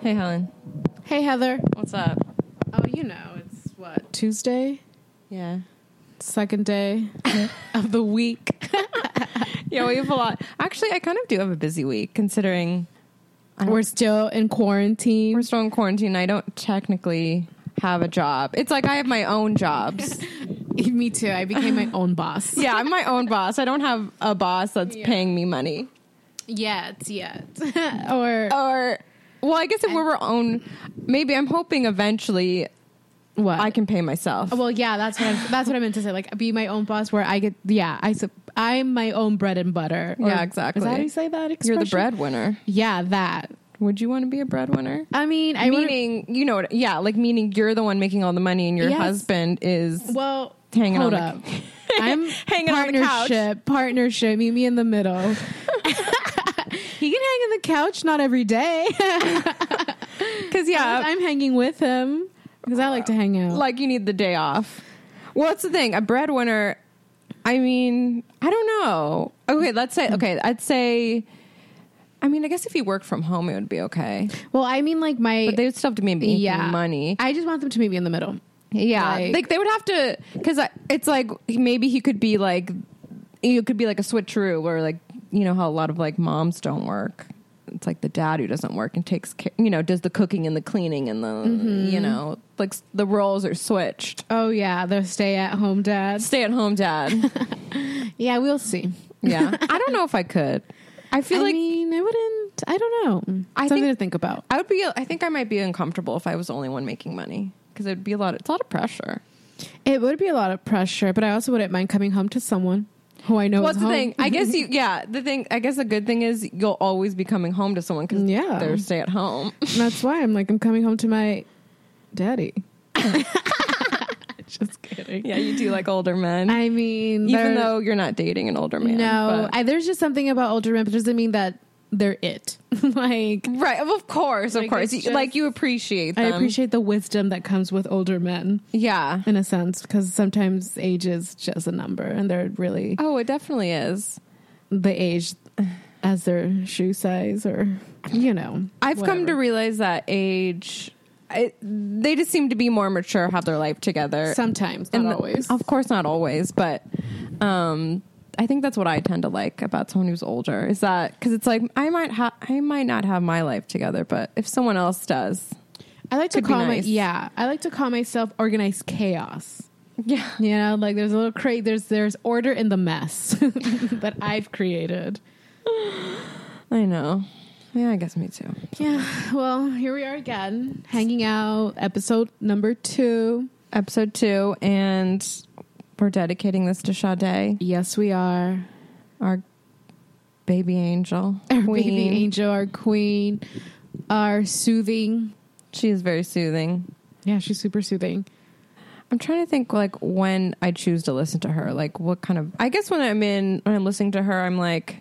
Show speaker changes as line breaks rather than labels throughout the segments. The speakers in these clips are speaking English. Hey, Helen.
Hey, Heather.
What's up?
Oh, you know, it's what, Tuesday?
Yeah.
Second day of the week.
Yeah, we have a lot. Actually, I kind of do have a busy week considering
We're still in quarantine.
we're still in quarantine. I don't technically have a job. It's like I have my own jobs.
Me too. I became my own boss.
yeah, I'm my own boss. I don't have a boss that's paying me money.
Yet, yet. or
Or, well, I guess if we're our own, maybe I'm hoping eventually
what?
I can pay myself.
well, yeah, that's what I'm, that's what I meant to say. Like, be my own boss, where I get yeah, I sup- I'm my own bread and butter.
Yeah, exactly.
Is that how you say that? Expression?
You're the breadwinner.
Yeah, that.
Would you want to be a breadwinner?
I mean, I wanna-
meaning, you know, what- yeah, like meaning you're the one making all the money and your
Yes.
husband is
Well,
Hanging
hold
on the-
up. I'm
Hanging on the
partnership,
couch.
partnership. Meet me in the middle. he can hang on the couch, not every day.
because yeah,
I'm hanging with him because I like to hang out.
like you need the day off. Well, that's the thing. A breadwinner. I mean, I don't know. Okay, let's say. Okay, I'd say. I mean, I guess if you work from home, it would be okay.
well, I mean, like my
But they would still have to be making
yeah
money.
I just want them to meet me in the middle.
Yeah,
Like-
like, they would have to because it's like maybe he could be like it could be like a switcheroo where like you know how a lot of like moms don't work. It's like the dad who doesn't work and takes care, you know, does the cooking and the cleaning and the you know like s- the roles are switched.
Oh yeah, the stay-at-home dads.
Stay at home dad.
Yeah, we'll see.
yeah, I don't know if I could. I
I
feel like
mean, I wouldn't. I don't know.
I
Something
think-
to think about.
I would be. I think I might be uncomfortable if I was the only one making money because it'd be a lot. It's a lot of pressure.
It would be a lot of pressure, but I also wouldn't mind coming home to someone who I know.
What's
is
the
home.
thing? I guess you, yeah, the thing, I guess the good thing is you'll always be coming home to someone because
Yeah.
they're stay at home.
And That's why I'm like, I'm coming home to my daddy. Just kidding.
yeah, you do like older men.
I mean,
even
there-
though you're not dating an older man.
no,
but-
I, there's just something about older men, but it doesn't mean that they're it. like,
right. Of course. Of
Like,
course.
it's
You,
just-
like you appreciate
I
them.
appreciate the wisdom that comes with older men
Yeah.
in a sense, because sometimes age is just a number, and they're really
Oh, it definitely is.
the age as their shoe size, or you know,
I've come
whatever.
to realize that age, I, they just seem to be more mature, have their life together.
sometimes, not
And the-
always.
Of course, not always, but um, I think that's what I tend to like about someone who's older is that because it's like I might ha- I might not have my life together, but if someone else does,
I like to
could be
call my
nice.
yeah, I like to call myself organized chaos.
yeah,
You know, like there's a little crate. There's there's order in the mess that I've created.
I know. Yeah, I guess me too.
Yeah. Well, here we are again, hanging out. Episode number two.
Episode two, and we're dedicating this to Sade,
Yes, we are.
our baby angel.
Our
queen.
baby angel, our queen, our soothing.
She is very soothing.
Yeah, she's super soothing.
I'm trying to think like when I choose to listen to her. Like what kind of I guess when I'm in when I'm listening to her, I'm like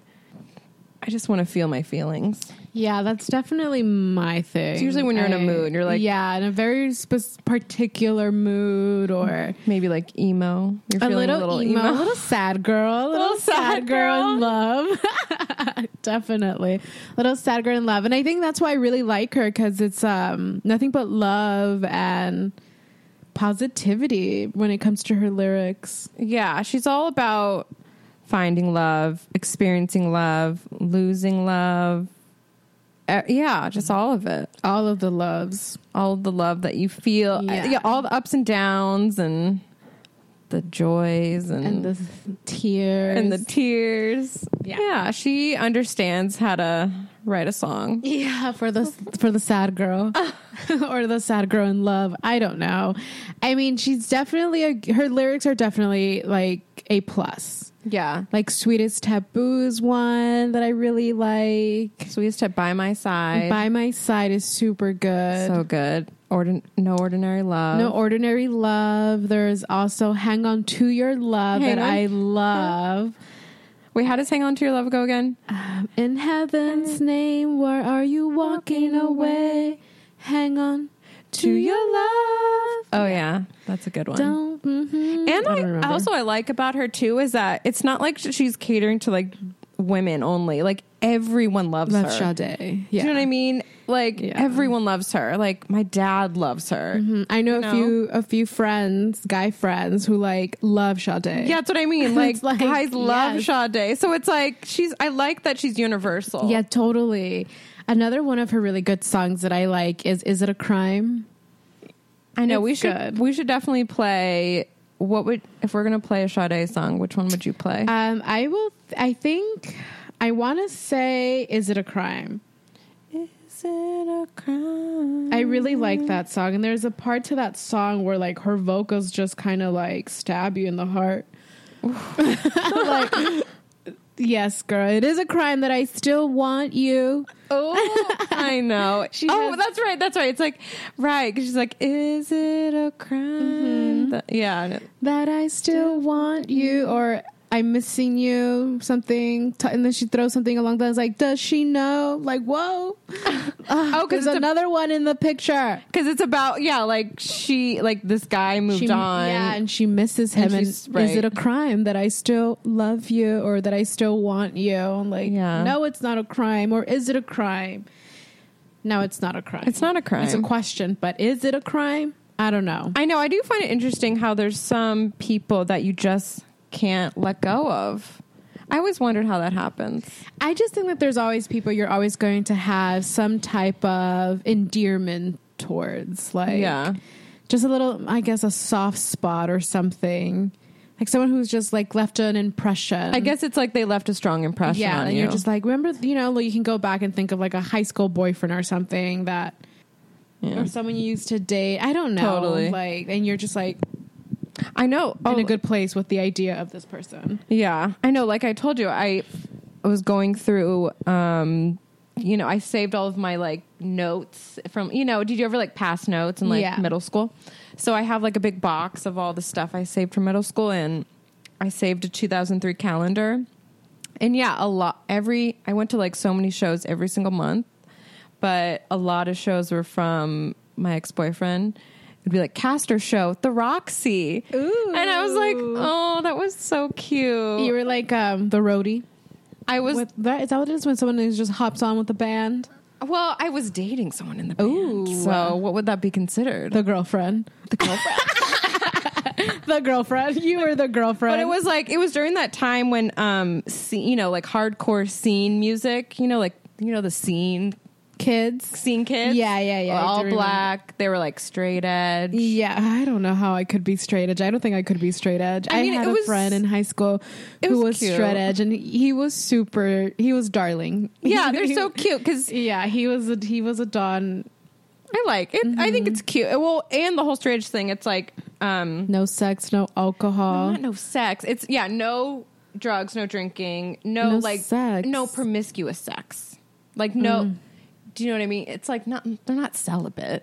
I just want to feel my feelings.
Yeah, that's definitely my thing. It's
usually when you're in a mood, you're like-
yeah, in a very spe- particular mood or.
Maybe like emo. You're
A
feeling
little, emo, a little sad girl, a little, sad,
sad
girl,
girl.
in love. Definitely, little sad girl in love, and I think that's why I really like her because it's um nothing but love and positivity when it comes to her lyrics.
Yeah, she's all about finding love, experiencing love, losing love. Uh, yeah, just all of it.
All of the loves,
All of the love that you feel. Uh,
Yeah.
yeah all the ups and downs and the joys
and the tears,
and the tears.
Yeah.
Yeah. she understands how to write a song.
Yeah, for the for the sad girl or the sad girl in love. I don't know. I mean, she's definitely a, her lyrics are definitely like a plus.
Yeah.
Like sweetest taboos one that I really like.
So we just had By My Side.
By my side is super good.
so good. Ordin- no Ordinary Love.
no ordinary love. There's also hang on to your love
Hang
that
on.
I love.
Wait, how does Hang On To Your Love go again?
In heaven's name, where are you walking away? Hang on to your love.
Oh, yeah. That's a good one.
Don't. mhm.
and
I don't
I,
remember.
also I like about her too is that it's not like sh- she's catering to like women only. Like everyone loves
That's
her.
Sade. Yeah.
Do you know what I mean? Like
Yeah.
everyone loves her. Like my dad loves her.
Mhm. I know
No.
a few a few friends, guy friends, who like love Sade.
Yeah, that's what I mean. Like,
like,
guys love
yes.
Sade. So it's like she's I like that she's universal.
yeah, totally. Another one of her really good songs that I like is "Is It a Crime?"
I know
It's
we should
good.
we should definitely play what would if we're gonna play a Sade song, which one would you play?
Um, I will. I think I want to say "Is It a Crime."
Is it a crime?
I really
Mm-hmm.
like that song, and there's a part to that song where like her vocals just kind of like stab you in the heart. like, yes, girl, it is a crime that I still want you.
Oh, I know.
She
oh,
has-
that's right. That's right. It's like right. 'cause she's like, is it a
Mm-hmm.
crime? That- yeah. and it-
that I still want you or I'm missing you, something. T- And then she throws something along those like, does she know? Like,
Oh,
whoa. Because
because it's, a-
another one in the picture.
'cause it's about yeah, like she like this guy moved
She,
on.
Yeah, and she misses him.
And
And,
she's- right.
is it a crime that I still love you or that I still want you? I'm like,
Yeah.
no, it's not a crime. Or is it a crime? No, it's not a crime.
It's not a crime.
It's a question, but is it a crime? I don't know.
I know. I do find it interesting how there's some people that you just can't let go of. I always wondered how that happens.
I just think that there's always people you're always going to have some type of endearment towards, like
Yeah.
just a little, I guess, a soft spot or something, like someone who's just like left an impression.
I guess it's like they left a strong impression
yeah,
on
and
you.
you're just like, remember, you know, like you can go back and think of like a high school boyfriend or something that,
Yeah.
or someone you used to date. I don't know,
Totally.
like, and you're just like
I know. Oh,
in a good place with the idea of this person.
Yeah, I know. Like I told you, I was going through. um you know, I saved all of my like notes from, you know, did you ever like pass notes in like
Yeah.
middle school? So I have like a big box of all the stuff I saved from middle school and I saved a 2003 calendar. And yeah, a lot, every, I went to like so many shows every single month, but a lot of shows were from my ex boyfriend. It'd be like Castor Show, The Roxy. And I was like,
Ooh.
oh, that was so cute.
You were like um, the roadie.
I was
With that, is that what it is when someone is just hops on with the band?
well. I was dating someone in the band.
Ooh.
So what would that be considered?
The girlfriend. The girlfriend. the girlfriend. You were the girlfriend.
but it was like it was during that time when um sce- you know like hardcore scene music you know like you know the scene
kids.
scene kids
Yeah, yeah, yeah, I do
all
remember.
black they were like straight edge
Yeah, I don't know how I could be straight edge. I don't think I could be straight edge.
I
I,
mean,
had
it
a
was-
friend in high school
it
who
was
was
cute.
straight edge, and he was super. He was darling.
yeah they're so cute because
yeah, he was a, he was a don.
I like it I think it's
Mm-hmm.
cute well and the whole straight edge thing it's like um
No sex, no alcohol.
not no sex it's yeah no drugs no drinking no,
No
like
sex. Mm.
no promiscuous sex like no do you know what I mean it's like not they're not celibate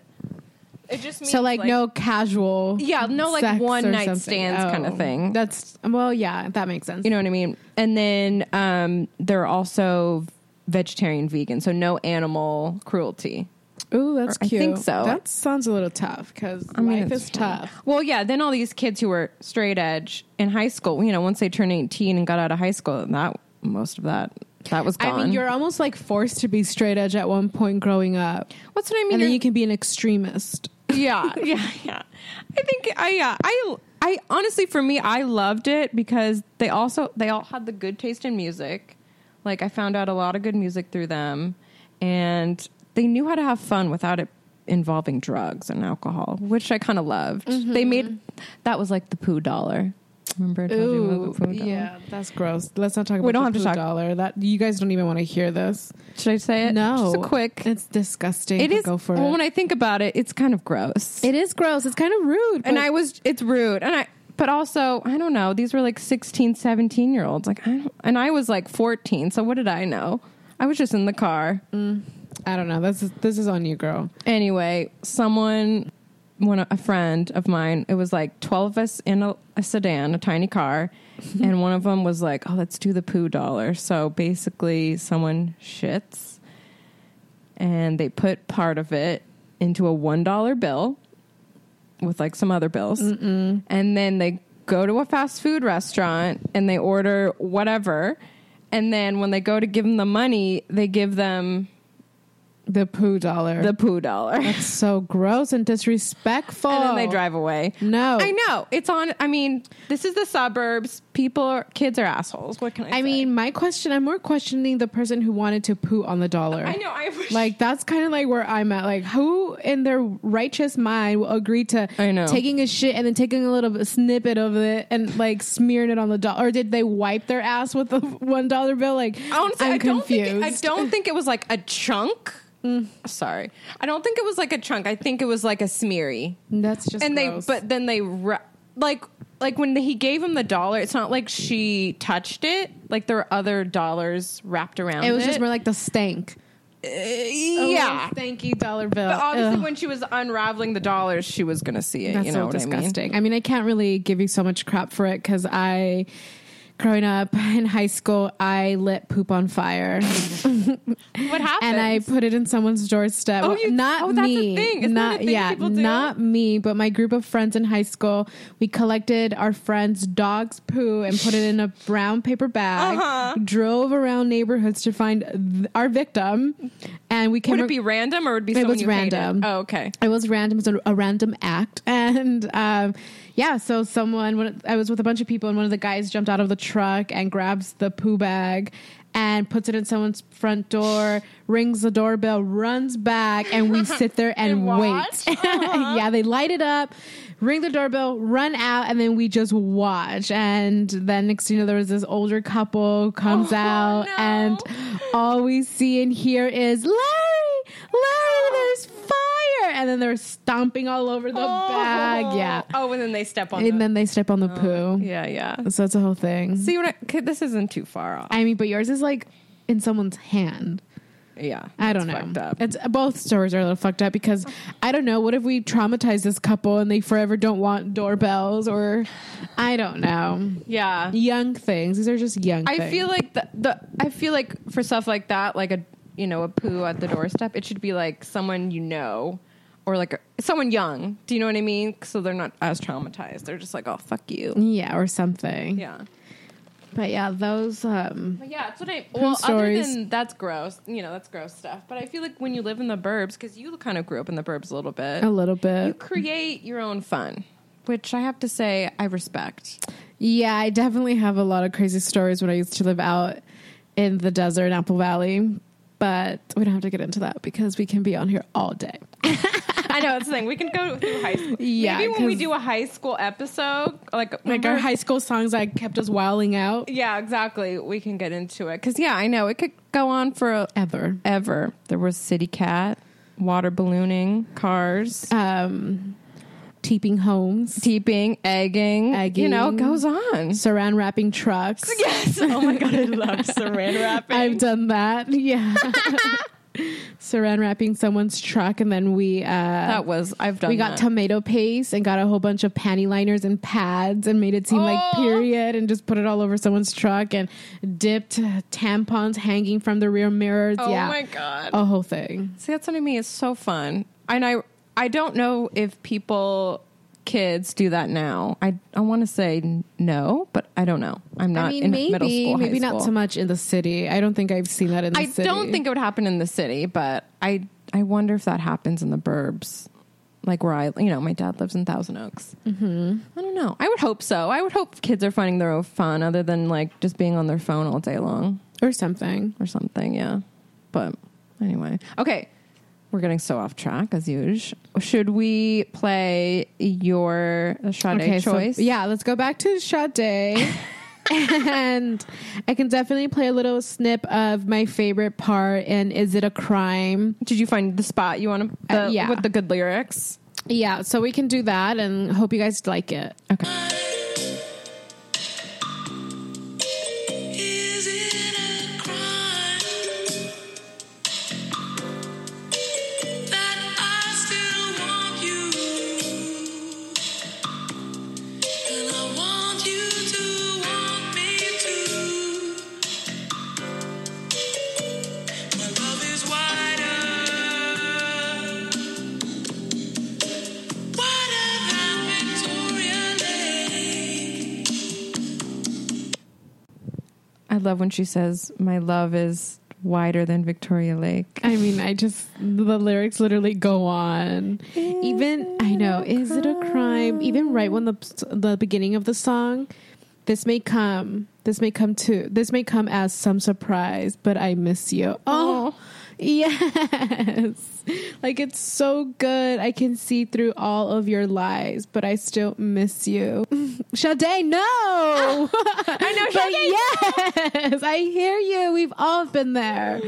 it just means
So like, no casual.
Yeah, no, like,
sex
one
or
night
something. Oh,
stands kinda thing.
That's well, yeah, that makes sense.
You know what I mean? And then um, they're also vegetarian, vegan, so no animal cruelty.
Ooh, that's
Or I
cute.
think so.
That sounds a little tough because
mean,
life
it's
is tough.
Well, yeah. Then all these kids who were straight edge in high school, you know, once they turned eighteen and got out of high school, that most of that that was gone.
I mean, you're almost like forced to be straight edge at one point growing up,
What's what I mean?
and then
You're-
you can be an extremist.
yeah, yeah, yeah. I think I, yeah, I, I honestly, for me, I loved it because they also they all had the good taste in music. Like I found out a lot of good music through them, and they knew how to have fun without it involving drugs and alcohol, which I kind of loved. They made that was like the poo dollar. Remember, I told you about the poo dollar.
yeah, that's gross. Let's not talk about.
We don't
the
have to
poo
talk-
dollar. That you guys don't even want to hear this.
Should I say it?
No,
just a quick.
It's disgusting.
It
but
is.
Go for
well,
it.
when I think about it, it's kind of gross.
it is gross. It's kind of rude.
and
but-
i was it's rude and i but also i don't know these were like 16 17 year olds like i don't and i was like 14 so what did i know i was just in the car
I don't know. This is this is on you, girl.
anyway someone one a friend of mine it was like 12 of us in a, a sedan a tiny car and one of them was like oh let's do the poo dollar so basically someone shits and they put part of it into a one dollar bill with like some other bills and then they go to a fast food restaurant and they order whatever and then when they go to give them the money they give them
The poo dollar.
the poo dollar.
That's so gross and disrespectful.
And then they drive away.
Oh. No.
I know. It's on. I mean, this is the suburbs. People, are, kids are assholes. What can I
I
say?
mean, my question, I'm more questioning the person who wanted to poo on the dollar.
I know. I wish.
Like that's kind of like where I'm at. Like, who in their righteous mind will agree to
I know.
taking a shit and then taking a little snippet of it and like smearing it on the dollar? Or did they wipe their ass with the one dollar bill? Like,
Honestly,
I'm
I don't
confused. Mm.
Think it, I don't think it was like a chunk. Sorry, I don't think it was like a chunk. I think it was like a smeary.
that's just
and
gross.
they, but then they ra- like like when he gave him the dollar. It's not like she touched it. Like there were other dollars wrapped around.
it was just more like the stank.
Uh,
Oh,
yeah.
thank you, dollar bill.
But obviously,
Ugh.
when she was unraveling the dollars, she was gonna see it.
That's
you know
so
what
disgusting. I mean? I can't really give you so much crap for it because I, growing up in high school, I lit poop on fire
I mean? What happened?
and I put it in someone's doorstep.
Oh,
Well,
you-
not
oh, that's a
me.
thing. Isn't that
not
a thing
yeah,
people do?
not me, but my group of friends in high school. We collected our friends' dogs' poo and put it in a brown paper bag.
Uh-huh.
Drove around neighborhoods to find th- our victim, and we came.
would
ac-
it be random or would it be
It
someone
was
you hated?
random.
Oh, okay.
it was random. It was a, a random act, and um, yeah. So someone, one- I was with a bunch of people, and one of the guys jumped out of the truck and grabs the poo bag and puts it in someone's front door, rings the doorbell, runs back, and we sit there and,
And Uh-huh. watch?
wait. yeah, they light it up, ring the doorbell, run out, and then we just watch. And then next, thing you know, there was this older couple comes
Oh,
out,
no.
and all we see and hear is Larry, Larry, there's fire, and then they're stomping all over the bag. Yeah,
Oh, and then they step on.
and
the,
then they step on the poo.
yeah, yeah.
So that's a whole thing.
See what? I, 'kay, this isn't too far off.
I mean, but yours is like in someone's hand.
yeah,
I
that's
don't
fucked
know.
up.
It's both stories are a little fucked up because I don't know. What if we traumatize this couple and they forever don't want doorbells or I don't know
Yeah,
young things. These are just young.
I
things.
feel like the, the I feel like for stuff like that, like a you know a poo at the doorstep, it should be like someone you know, or like a, someone young. Do you know what I mean? So they're not as traumatized. They're just like, oh fuck you.
yeah, or something.
Yeah,
But yeah, those. um
but yeah, that's what I. Well,
stories.
other than that's gross. You know, that's gross stuff. But I feel like when you live in the burbs, because you kind of grew up in the burbs a little bit,
a little
you
bit.
create your own fun, which I have to say I respect.
Yeah, I definitely have a lot of crazy stories when I used to live out in the desert in Apple Valley, but we don't have to get into that because we can be on here all day.
I know it's the thing. We can go through high school.
Yeah,
maybe when we
'cause-
do a high school episode, like
Like our
remember-
high school songs that kept us wilding out
Yeah, exactly. We can get into it because yeah, I know it could go on for
ever.
ever. There was City Cat, water ballooning, cars,
Um, teeping homes,
teeping, egging. You know, it
Egging.
goes on.
saran wrapping trucks.
Yes. Oh my god, I love saran wrapping.
I've done that. Yeah. saran wrapping someone's truck and then we uh
that was I've done.
we got
that.
tomato paste and got a whole bunch of panty liners and pads and made it seem like
Oh.
period and just put it all over someone's truck and dipped tampons hanging from the rear mirrors.
Oh
yeah.
my god.
A whole thing.
See, that's what I mean. It's so fun, and I I don't know if people kids do that now. I I want to say n- no, but I don't know. I'm not
I mean,
in
maybe,
middle school, high
maybe not
school.
so much in the city. I don't think I've seen that in the
I
city.
don't think it would happen in the city, but I I wonder if that happens in the burbs, like where I you know my dad lives in Thousand Oaks. Mm-hmm. I don't know. I would hope so. I would hope kids are finding their own fun other than like just being on their phone all day long
or something.
or something. Yeah, but anyway, okay. We're getting so off track as usual. Should we play your Sade
so-
choice?
yeah, let's go back to Shot Day. and I can definitely play a little snip of my favorite part in Is It a Crime?
Did you find the spot you want to?
Uh, yeah.
With the good lyrics.
Yeah, so we can do that and hope you guys like it.
Okay.
Is it a crime that I still want you? And I want you to want me too. My love is wider, wider than Victoria Lake.
I love when she says, "My love is wider than Victoria Lake.
I mean, I just the lyrics literally go on. Even I know, is it a crime? Even right when the the beginning of the song, this may come, this may come to, this may come as some surprise, but I miss you. Oh, yes, like it's so good. I can see through all of your lies, but I still miss you. Sade, no.
I know.
But yes, I hear you. We've all been there.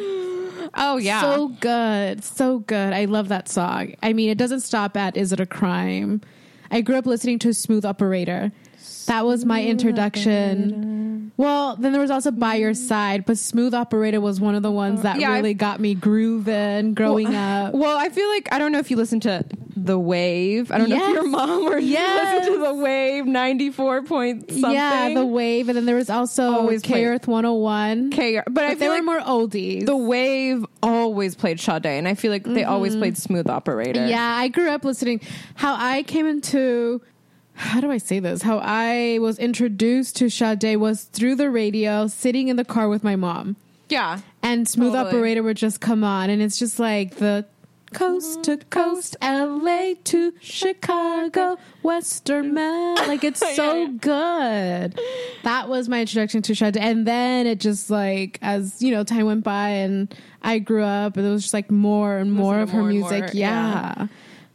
oh yeah.
So good. So good. I love that song. I mean, it doesn't stop at Is It a Crime? I grew up listening to Smooth Operator. That was my introduction. Well, then there was also By Your Side, but Smooth Operator was one of the ones that
Mm-hmm. Oh, Yeah, I've-
really got me grooving growing up.
Well, I feel like I don't know if you listen to The Wave. I don't know
Yes.
if your mom or
Yes.
you listen to The Wave 94 point something.
Yeah, The Wave. And then there was also
Always
K
played.
Earth 101.
K- but, I
but they
feel
were
like
more oldies.
The Wave always played Sade and I feel like they always played Smooth Operator.
Yeah, I grew up listening. How I came into how do I say this? How I was introduced to Sade was through the radio, sitting in the car with my mom.
Yeah.
And Smooth
Totally.
Operator would just come on and it's just like the coast to coast, LA to Chicago, Western Mass. Like it's so good. That was my introduction to Sade. And then it just like as you know, time went by and I grew up and it was just like more and more
to
of her
more and
music.
more,
yeah.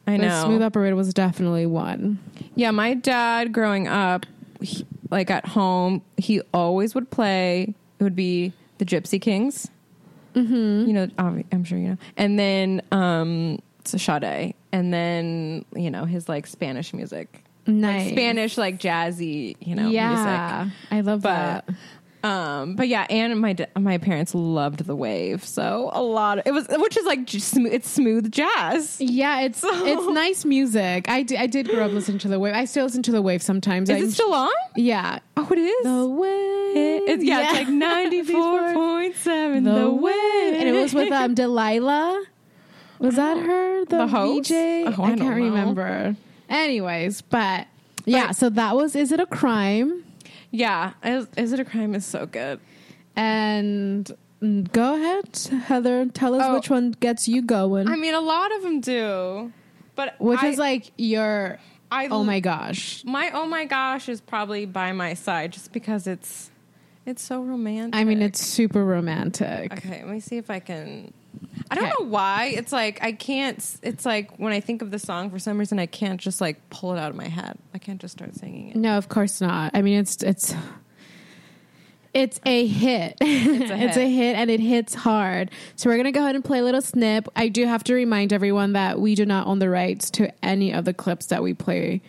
I
But
know.
Smooth Operator was definitely one.
Yeah, my dad growing up, he, like at home, he always would play. It would be the Gypsy Kings. Mm-hmm. You know, obvi- I'm sure you know. And then um, so Sade, and then you know his like Spanish music,
Nice.
like Spanish like jazzy, you know,
yeah.
music.
I love
But
that.
um, but yeah, and my da- my parents loved the wave, so a lot. Of, it was which is like just smooth, it's smooth jazz.
Yeah, it's it's nice music. I, d- I did grow up listening to the wave. I still listen to the wave sometimes.
Is
I'm-
it still on?
yeah.
Oh, it is.
The wave.
It's yeah, it's like ninety four point seven.
the,
The
wave.
way,
And it was with um Delilah. Was that her? The,
Oh. The host?
VJ?
Oh, I
I, can't
don't know.
remember. Anyways, but yeah, so that was Is It a Crime?
yeah. Is, Is it a crime? Is so good.
And mm, go ahead, Heather. Tell us
Oh.
which one gets you going.
I mean, a lot of them do, but
which
I-
is like your
I
oh my gosh
my oh my gosh is probably by my side just because it's it's so romantic.
i mean it's super romantic
okay. Let me see if I can. I don't
Okay.
know why it's like I can't. s- It's like when I think of the song for some reason I can't just like pull it out of my head. I can't just start singing it.
no of course not i mean it's it's it's a hit. It's
a hit.
and it hits hard. So we're going to go ahead and play a little snip. I do have to remind everyone that we do not own the rights to any of the clips that we play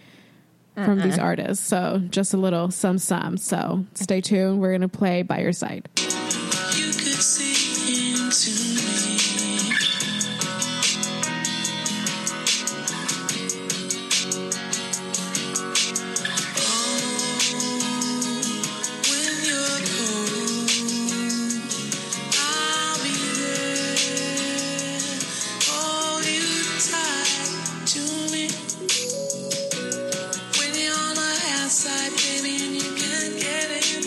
from
Uh-uh.
these artists. So just a little some some. So stay tuned. We're going to play by your side.
You could see into me. Oh, when you're cold, I'll be there. Hold you tight to me. When you're on my outside, baby, and you can't get in.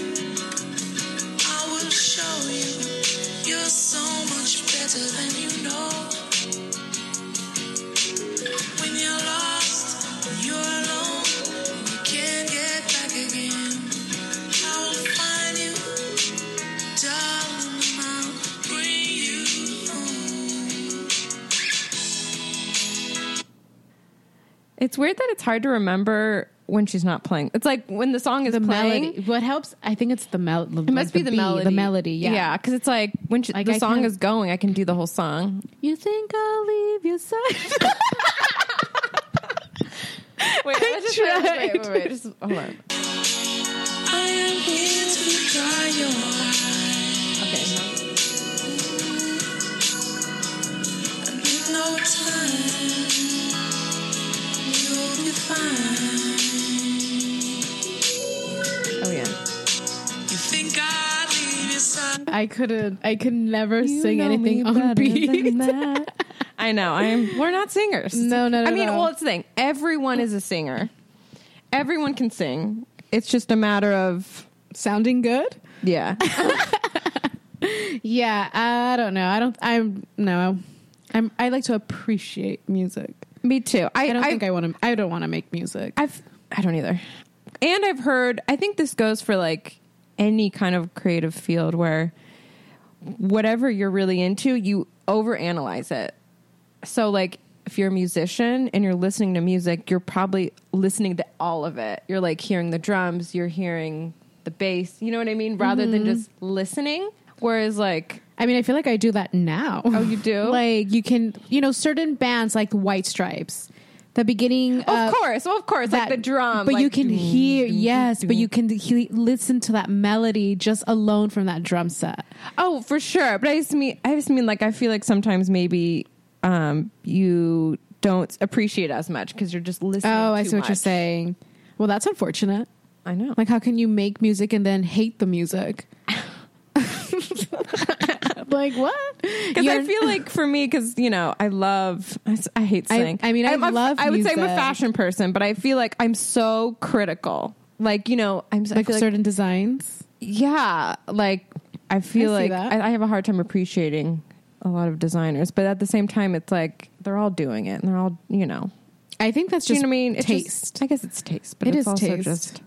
I will show you you're so much better than you know. When you're lost, you're alone, you can't get back again. I will find you, darling, and I'll bring you home.
It's weird that it's hard to remember when she's not playing. It's like when the song is
the
playing.
melody. What helps? I think it's the melody.
It must be the melody.
The melody. Yeah.
yeah. Because it's like when she,
Like,
the
I
song
can't-
is going, I can do the whole song.
You think I'll leave you side?
Wait,
let's just- wait, wait, wait, wait,
Just, hold on.
I am here to dry your eyes.
Okay.
I need no time. You'll be fine.
Oh yeah.
You think I leave your side?
I couldn't. I could never sing anything on beat.
I know. I'm. We're not singers.
No, not
I
at
mean,
all.
well, it's the thing. Everyone is a singer. Everyone can sing. It's just a matter of
Sounding good?
yeah.
yeah, I don't know. I don't. I'm no. I'm. I like to appreciate music.
Me too. I,
I don't think I want to. I don't want to make music.
I've I don't either. And I've heard I think this goes for like any kind of creative field where whatever you're really into, you overanalyze it. So like if you're a musician and you're listening to music, you're probably listening to all of it. You're like hearing the drums, you're hearing the bass, you know what I mean? Rather than
Mm-hmm.
just listening. Whereas like
I mean, I feel like I do that now. Oh,
you do?
like you can, you know, certain bands like White Stripes, the beginning.
of course, well, of course, like the drum.
Uh, but
like,
you can hear yes, but you can he- listen to that melody just alone from that drum set.
Oh, for sure. But I just mean, I just mean, like, I feel like sometimes maybe um, you don't appreciate as much because you're just listening.
Oh, I
too
see what you're
much.
saying. Well, that's unfortunate.
I know.
Like, how can you make music and then hate the music? like what?
because I
You're-
feel like for me, because you know, I love. I, s- I hate
I-
saying.
I mean, I
I'm a f-
love
I would say I'm a
music.
fashion person, but I feel like I'm so critical. Like you know, I'm. s- I
like
feel
certain designs.
yeah, like I feel
I
like
see that.
I, I have a hard time appreciating a lot of designers, but at the same time, it's like they're all doing it, and they're all you know.
I think that's
Do
just
you know what I mean? It's just-
taste.
I guess it's taste, but
It
it's
is
also
taste.
just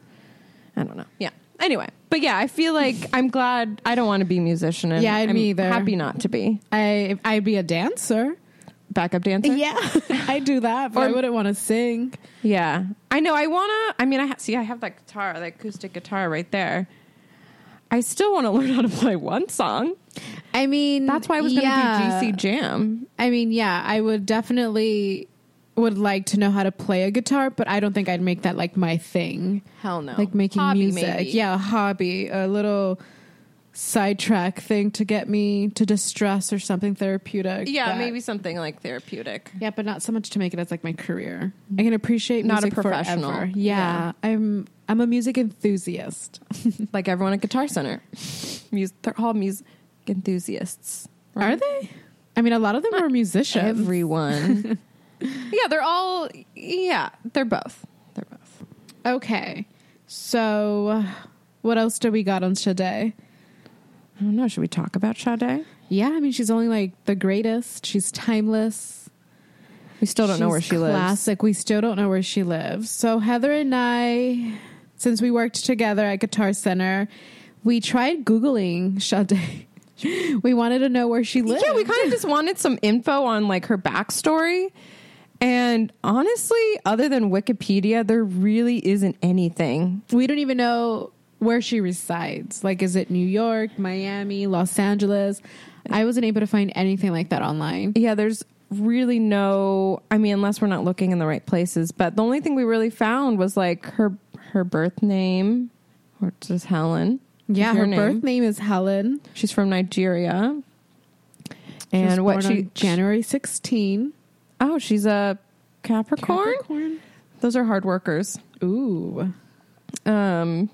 I don't know. Yeah. Anyway, but yeah, I feel like I'm glad I don't want to be a musician. And
Yeah,
I'm
me either.
Happy not to be
I I'd be a dancer.
backup dancer.
Yeah, I do that, but I
Or-
wouldn't want to sing.
Yeah. I know. I wanna. I mean, I ha- see. I have that guitar, that acoustic guitar right there. I still want to learn how to play one song.
I mean,
That's why I was going to do GC Jam.
I mean, yeah, I would definitely would like to know how to play a guitar, but I don't think I'd make that like my thing.
Hell no.
Like making
Hobby,
music,
maybe.
yeah, a hobby, a little sidetrack thing to get me to distress or something therapeutic.
Yeah,
but-
maybe something like therapeutic.
Yeah, but not so much to make it as like my career. I can appreciate
Not a
music
professional.
forever.
Yeah.
yeah, I'm I'm a music enthusiast.
like everyone at Guitar Center. Mus- they're all music enthusiasts.
Are they? I mean, a lot of them are musicians.
Everyone. yeah, they're all. Yeah, they're both. They're both.
okay. So, what else do we got on today?
I don't know. Should we talk about Sade?
Yeah, I mean, she's only like the greatest. She's timeless.
We still don't know
She's
where she lives.
Classic. We still don't know where she lives. So, Heather and I, since we worked together at Guitar Center, we tried Googling Sade. we wanted to know where she lives.
Yeah, we kind of just wanted some info on like her backstory. And honestly, other than Wikipedia, there really isn't anything.
we don't even know where she resides. Like, is it New York, Miami, Los Angeles? I wasn't able to find anything like that online.
Yeah, there's really no I mean unless we're not looking in the right places, but the only thing we really found was like her her birth name, which is Helen.
Yeah,
Is
her
name.
birth name is Helen.
She's from Nigeria.
She was
And what
born
she
on January 16.
Oh, she's a Capricorn?
Capricorn.
Those are hard workers.
Ooh.
Um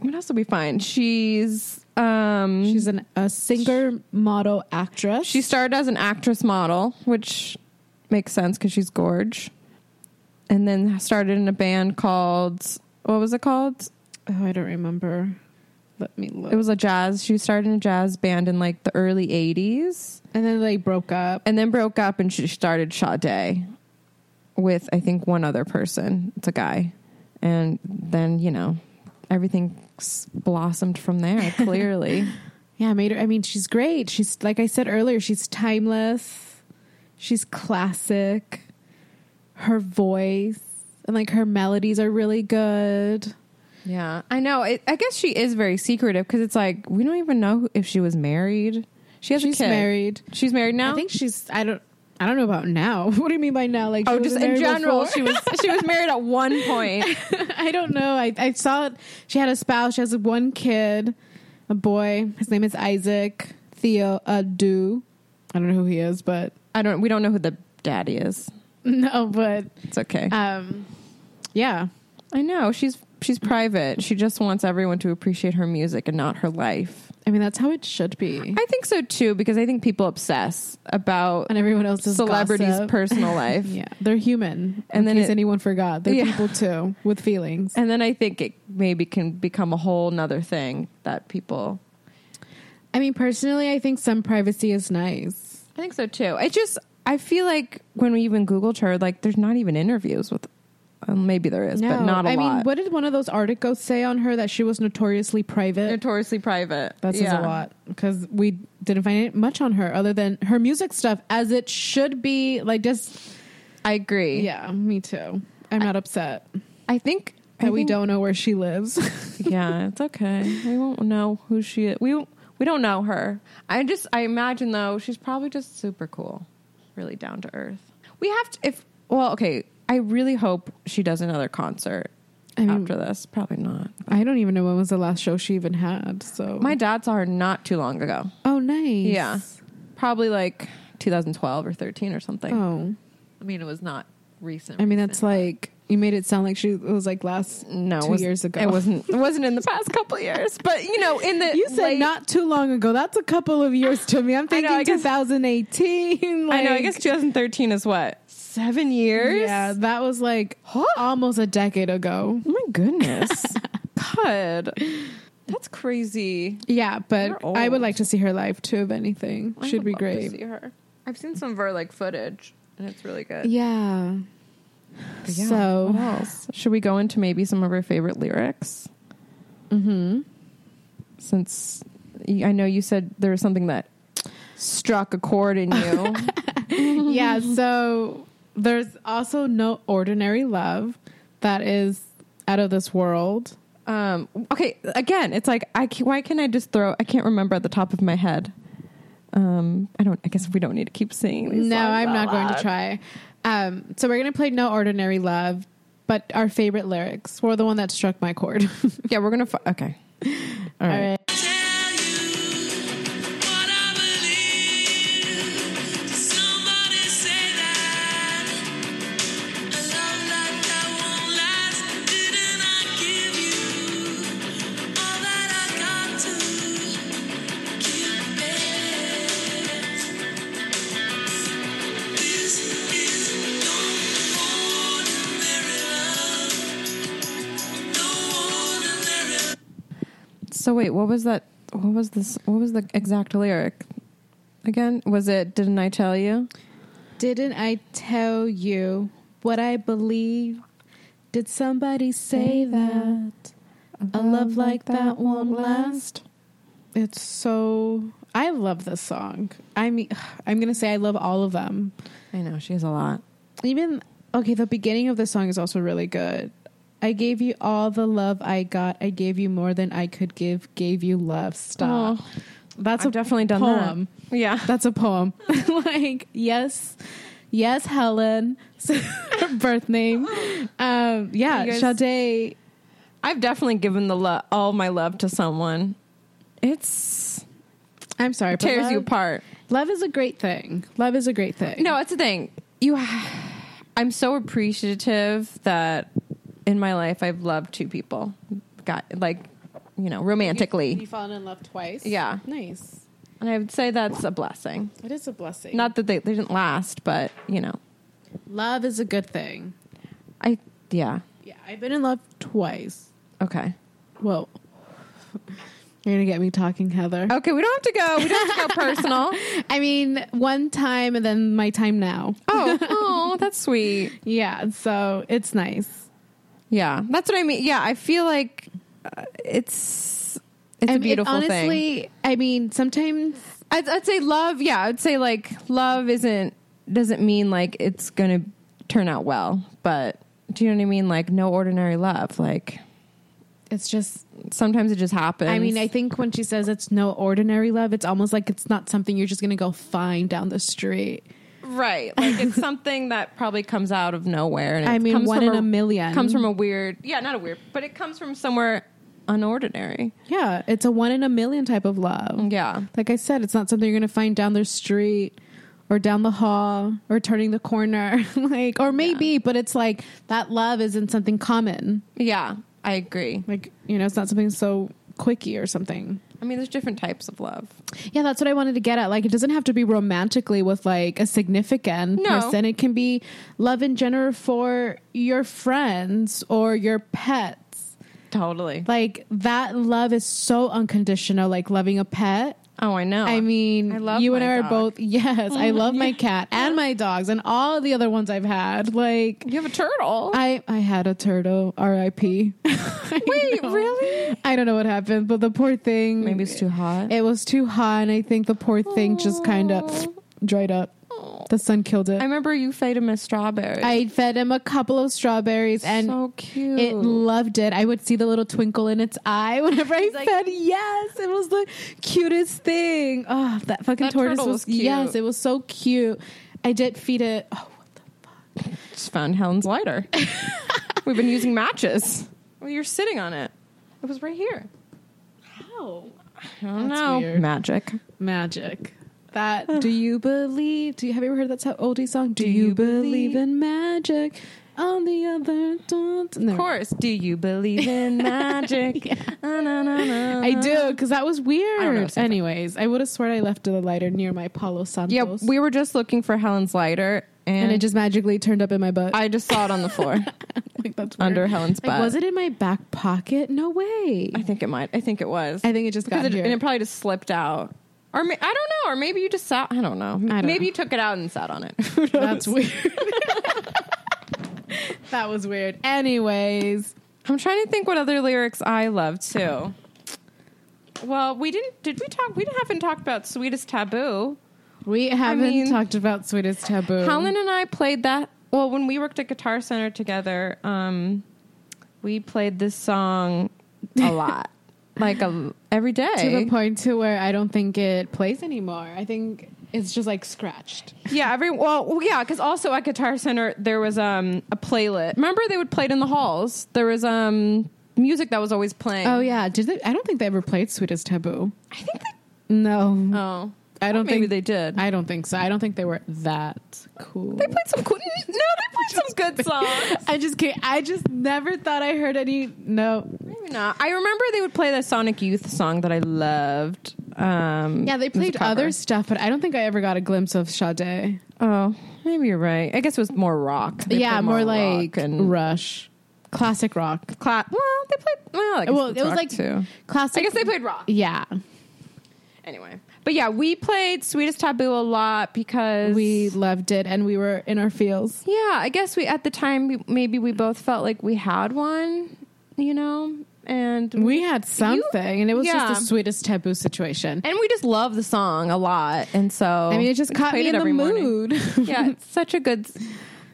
what else did we find? She's um
She's an, a singer, model, actress.
she started as an actress model, which makes sense cuz she's gorge. And then started in a band called what was it called?
oh, I don't remember. Let me look.
It was a jazz. She started in a jazz band in like the early 80s
and then they broke up.
and then broke up and she started Sade with I think one other person. It's a guy. And then, you know, everything s- blossomed from there clearly.
Yeah, made her. I mean, she's great. She's like I said earlier, she's timeless. She's classic. Her voice and like her melodies are really good.
yeah. I know. It, I guess she is very secretive cuz it's like we don't even know if she was married. She has
She's
a kid.
married.
She's married now?
I think she's. I don't. I don't know about now. What do you mean by now? Like,
Oh,
she
just
wasn't
in
married
general,
before?
she was she was married at one point.
I don't know. I, I saw it. She had a spouse. She has one kid, a boy. His name is Isaac Theo Adu. I don't know who he is, but
I don't we don't know who the daddy is.
no, but
It's okay.
um, yeah.
I know she's she's private. She just wants everyone to appreciate her music and not her life.
I mean, that's how it should be.
I think so too because I think people obsess about
and everyone else's
celebrities'
gossip.
personal life,
Yeah, they're human.
And then
And then, in case
it-
anyone forgot, they're
Yeah.
people too with feelings.
and then I think it maybe can become a whole nother thing that people
I mean, personally, I think some privacy is nice.
I think so too. It's just I feel like when we even Googled her, like there's not even interviews with. Well, maybe there is, but not a
I
lot.
mean, what did one of those articles say on her that she was notoriously private?
Notoriously private.
that says
Yeah.
a lot because we didn't find it much on her other than her music stuff, as it should be. Like, just
I agree.
yeah, me too. I'm not upset
I think
that
I
we
think-
don't know where she lives.
yeah, it's okay. We won't know who she is. We we don't know her. I just I imagine though she's probably just super cool, really down to earth. We have to if well okay. I really hope she does another concert
I mean-
after this. Probably not.
I don't even know when was the last show she even had. So
My dad saw her not too long ago.
oh nice
Yeah, probably like 2012 or 13 or something.
oh
I mean, it was not recent.
I mean
recent.
that's like you made it sound like she it was like last
no it
two
wasn't-
years ago.
It wasn't. It wasn't in the past couple of years, but you know, in the
You said
late-
not too long ago. That's a couple of years to me.
I
I'm
know,
thinking
I guess-
2018.
I know. I
like-
guess 2013 is what seven years.
Yeah, that was like
Huh?
almost a decade ago.
Oh my goodness. God, that's crazy.
Yeah,
You're
but
old.
I would like to see her live too. If anything,
I
should
would
be
love to
great.
see her. I've seen some of her like footage, and it's really good.
Yeah.
But yeah,
So-
what else? Should we go into maybe some of her favorite lyrics?
Mm-hmm.
Since y- I know you said there was something that struck a chord in you.
yeah. So there's also no ordinary love that is out of this world.
um, okay, again, it's like I ca- why can't I just throw? I can't remember at the top of my head. Um, I don't. I guess we don't need to keep singing. These
no,
songs
I'm
out
not going
loud.
to try. Um, so we're gonna play "No Ordinary Love," but our favorite lyrics were the one that struck my chord.
Yeah, we're gonna. F- okay. All
All
right.
right.
Tell you what I believe. Somebody say that a love like that won't last. Didn't I give you all that I got to give back? This is no ordinary love. No ordinary love.
So wait, what was that? What was this? What was the exact lyric? Again, was it? Didn't I tell you?
Didn't I tell you what I believe? Did somebody say that a love like that won't last? It's so. I love this song. I mean, I'm gonna say I love all of them.
I know she has a lot.
Even okay, the beginning of this song is also really good. I gave you all the love I got. I gave you more than I could give. Gave you love. Stop.
Oh,
That's
I've
a
definitely done that.
poem.
Yeah.
That's a poem. like, yes, yes, Helen, her birth name. Um, yeah,
You guys-
Sade.
I've definitely given the lo- all my love to someone. It's
I'm sorry, but
tears
love,
you apart.
Love is a great thing. Love is a great thing.
No, that's the thing. You, ha- I'm so appreciative that in my life I've loved two people. Got like, you know, romantically,
you've fallen in love twice.
Yeah.
nice.
and I would say that's a blessing.
It is a blessing.
Not that they, they didn't last, but you know,
love is a good thing.
I yeah
Yeah, I've been in love twice.
okay.
Whoa. You're gonna get me talking, Heather.
Okay, we don't have to go. We don't have to go personal.
I mean, one time and then my time now.
Oh, oh, that's sweet.
Yeah, so it's nice.
Yeah, that's what I mean. Yeah, I feel like uh, it's it's a
And it-
beautiful thing.
honestly, I mean, sometimes
I'd, I'd say love. Yeah, I'd say like love isn't doesn't mean like it's gonna turn out well. But do you know what I mean? Like no ordinary love. Like
it's just.
sometimes it just happens.
I mean, I think when she says it's no ordinary love, it's almost like it's not something you're just gonna go find down the street.
right. Like it's something that probably comes out of nowhere. And
I
it
mean,
comes
one
from
in a million.
Comes from a weird. Yeah, not a weird, but it comes from somewhere unordinary.
Yeah, it's a one in a million type of love.
Yeah.
Like I said, it's not something you're gonna find down the street or down the hall or turning the corner, like or maybe, but it's like that love isn't something common.
Yeah, I agree.
Like you know, it's not something so quickie or something.
I mean, there's different types of love.
Yeah, that's what I wanted to get at. Like, it doesn't have to be romantically with like a significant
No.
person. It can be love in general for your friends or your pets.
Totally.
Like that love is so unconditional. Like loving a pet
Oh, I know.
I mean,
I love
you and
my
I are
dog.
both. Yes, I love my cat and my dogs and all the other ones I've had. Like,
you have a turtle.
I I had a turtle. R.I.P. Wait,
really?
I don't know what happened, but the poor thing.
Maybe it's too hot.
It was too hot, and I think the poor thing just kind of dried up. The sun killed it.
I remember you fed him a strawberry.
I fed him a couple of strawberries, and
so cute.
it loved it. I would see the little twinkle in its eye whenever I
like-
fed. Yes, it was the cutest thing. Oh, that fucking
That
tortoise was,
turtle was cute.
Yes, it was so cute. I did feed it. Oh, what the,
Just found Helen's lighter. We've been using matches. Well, you're sitting on it. It was right here.
how
I don't
That's
know.
weird.
Magic.
magic. That do you believe? Do you have you ever heard that so- oldie song? Do, you,
you
believe
believe-
in magic? On the other, don't.
Of course. Do you believe in magic? Na, na, na, na,
I
na.
do because that was weird.
something.
Anyways, I would have sworn I left the lighter near my Palo Santos.
Yeah, we were just looking for Helen's lighter, and,
and it just magically turned up in my butt.
I just saw it on the floor
like that's weird.
under Helen's
Like,
butt.
was it in my back pocket? No way.
I think it might. I think it was.
I think it just
because
got
it,
here.
and it probably just slipped out. Or ma- I don't know. Or maybe you just sat. I don't know.
I don't
maybe
know.
you took it out and sat on it.
that's weird. that was weird. Anyways,
I'm trying to think what other lyrics I love too. Well, we didn't. Did we talk? We haven't talked about "Sweetest Taboo."
we haven't
mean-
talked about sweetest taboo.
Helen and I played that. Well, when we worked at Guitar Center together, um, we played this song a lot, like a, every day.
to the point to where I don't think it plays anymore. I think it's just like scratched.
Yeah, every well, well, yeah, because also at Guitar Center there was um a playlet. Remember they would play it in the halls. There was um music that was always playing.
Oh yeah, did they, I don't think they ever played sweetest taboo.
I think they.
No,
Oh,
I don't
maybe
think
they did.
I don't think so. I don't think they were that cool.
they played some cool. No, they played some good songs.
I just can't. I just never thought I heard any. No.
Maybe not. I remember they would play the Sonic Youth song that I loved. Um,
Yeah, they
it was a
played
cover.
other stuff, but I don't think I ever got a glimpse of Sade.
Oh, maybe you're right. I guess it was more rock. They
yeah,
played
more,
rock
like
and
Rush, classic rock.
cla- Well, they played. Well, I guess
Well,
it's
it was
rock,
like
too.
classic.
I guess they played rock.
Yeah,
Anyway, but yeah, we played Sweetest Taboo a lot because
we loved it, and we were in our feels.
Yeah, I guess we at the time we, maybe we both felt like we had one, you know, and
We had something, and it was
yeah.
just the sweetest taboo situation.
and we just love the song a lot, and so
I mean, it just caught me in the mood.
yeah, it's such a good.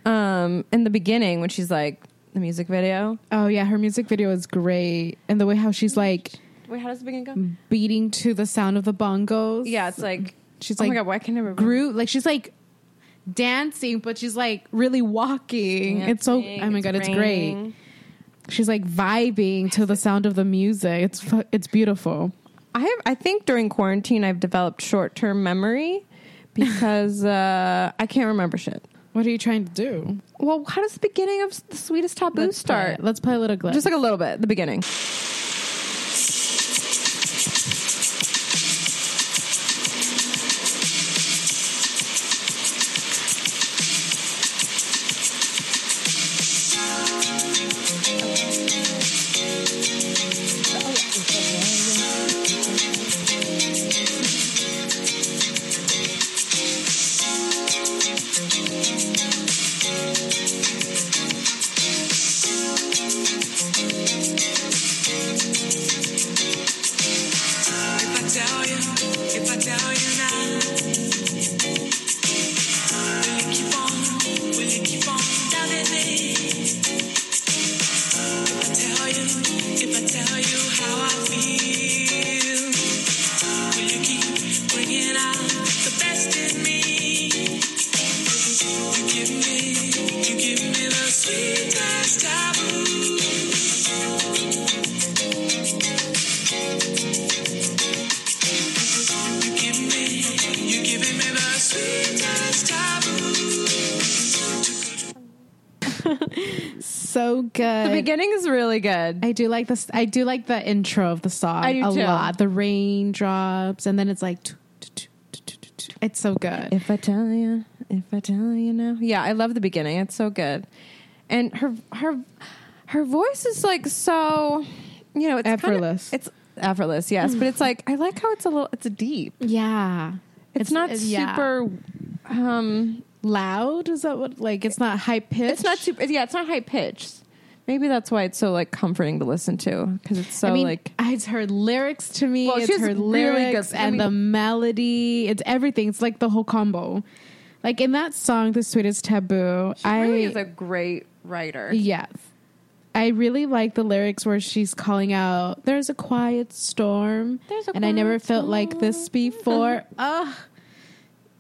Um, in the beginning when she's like the music video.
oh yeah, her music video is great, and the way how she's like
Wait, how does the beginning go?
beating to the sound of the bongos.
Yeah, it's like
she's
oh
like
my god, why can I remember?
Groot, like she's like dancing, but she's like really walking. it's so
Dancing,
oh my god, it's great.
raining.
She's like vibing to the sound of the music. It's fu- it's beautiful.
I have, I think during quarantine I've developed short term memory because uh, I can't remember shit.
What are you trying to do?
Well, how does the beginning of the sweetest taboo
Play
start?
it. Let's play a little clip.
Just like a little bit, the beginning.
If I tell you, if I tell you now, will you keep on, will you keep on loving me? If I tell you, if I tell you how I feel, will you keep bringing out the best in me? You give me, you give me the sweetest taboo. You give me, you giving me the sweetest taboo.
so good.
The beginning is really good.
I do like this. I do like the intro of the song
I do
a
too.
lot. The raindrops, and then it's like. tu- tu- tu- tu- tu- tu- tu. It's so good.
If I tell you, if I tell you now, yeah, I love the beginning. It's so good, and her her her voice is like so, you know, it's kinda-
Effortless.
it's effortless, yes. But it's like I like how it's a little, it's deep.
Yeah.
It's, not
it's- yeah.
super. Um,
loud. Is that what? Like, it's not high pitched.
it's not super. Yeah, it's not high pitched. Maybe that's why it's so like comforting to listen to because it's so
I mean,
like
it's her lyrics to me.
Well, she
it's
has
her
really good-
lyrics
I
and
mean-
the melody. It's everything. It's like the whole combo. Like in that song, "The Sweetest Taboo," I
really is a great writer.
yes, I really like the lyrics where she's calling out, "There's a quiet storm,"
There's a
and I never
quiet
felt like this before. Ugh,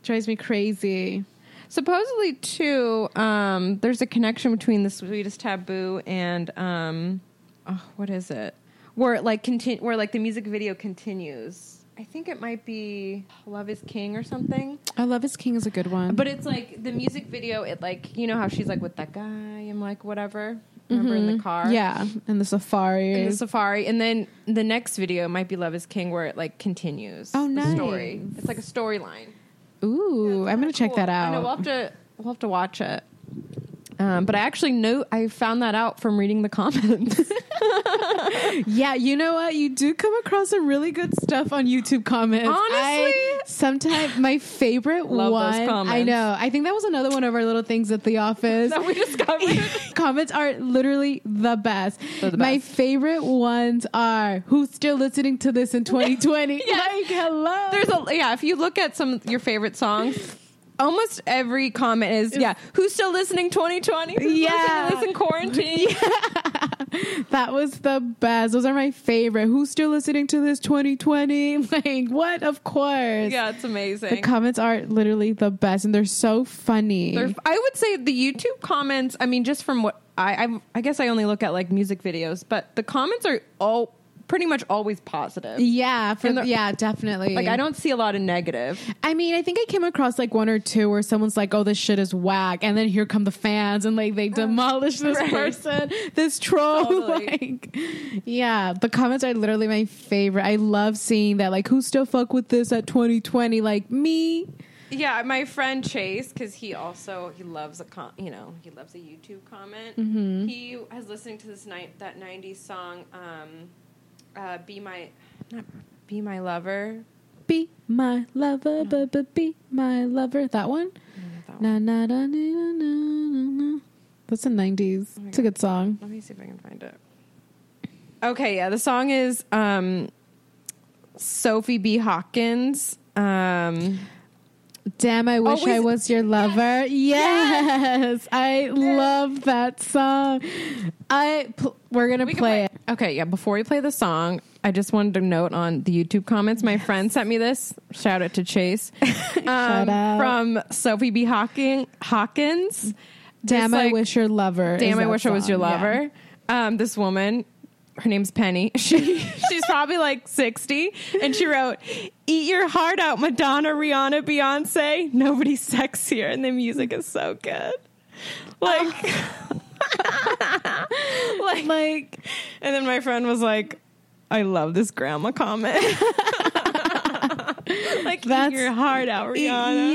drives me crazy.
Supposedly, too, um, there's a connection between the sweetest taboo and um, oh, what is it? Where it, like continue, where like the music video continues. I think it might be Love Is King or something.
I love is king is a good one,
But it's like the music video. It like you know how she's like with that guy and like whatever. Remember in the car,
Mm-hmm. yeah, and the safari.
in the safari, and then the next video might be Love Is King, where it like continues.
Oh,
the
nice.
Story. It's like a storyline.
Ooh, I'm gonna check
Cool.
that
I
out.
know, we'll have to we'll have to watch it. Um, but I actually know I found that out from reading the comments.
Yeah, you know what? You do come across some really good stuff on YouTube comments.
Honestly?
sometimes my favorite
Love
one.
those
I
comments.
know. I think that was another one of our little things at the office.
that we discovered.
comments are literally the best.
They're the
My
best.
favorite ones are who's still listening to this in 2020?
Yes.
Like hello.
There's a yeah. If you look at some of your favorite songs, almost every comment is yeah. Who's still listening? 2020. Who's listening
Yeah.
to this in quarantine.
that was the best. Those are my favorite. Who's still listening to this 2020? Like what? Of course.
Yeah, it's
The
amazing.
comments are literally the best and they're so funny.
They're- I would say the YouTube comments. I mean, just from what I, I I guess I only look at like music videos, but the comments are all pretty much always positive.
Yeah, for
And they're-
yeah, definitely.
Like I don't see a lot of negative.
I mean, I think I came across like one or two where someone's like, "Oh, this shit is whack," and then here come the fans, and like they demolish this
Mm. Right.
person, this troll.
Totally.
like, yeah, the comments are literally my favorite. I love seeing that. Like, who still fuck with this at 2020? Like me.
Yeah, my friend Chase, because he also he loves a com- you know he loves a YouTube comment. He has listening to this night that '90s song, um, uh, "Be My," not "Be My Lover."
Be my lover,
Mm.
but be my lover. That one.
That one.
Na na na na na na. na. That's the 90s.
my
it's a good song.
Let me see if I can find it. Okay, yeah, the song is um, Sophie B. Hawkins. Um,
Damn, I wish I
Always-
was your lover. Yes, I love that song. I pl- we're gonna
We can
play, it.
Okay, yeah. Before we play the song, I just wanted to note on the YouTube comments. My friend sent me this. Shout out to Chase um,
out.
from Sophie B. Hawking, Hawkins.
Damn,
Just
I
like,
wish your lover. is
Damn, I
that
wish I was
song.
your
Yeah.
lover. Um, this woman, her name's Penny. She she's probably like sixty, and she wrote, "Eat your heart out, Madonna, Rihanna, Beyonce. Nobody's sexier, and the music is so good." Like, like, like, and then my friend was like, "I love this grandma comment." like,
That's- e-,
eat your heart out, Rihanna.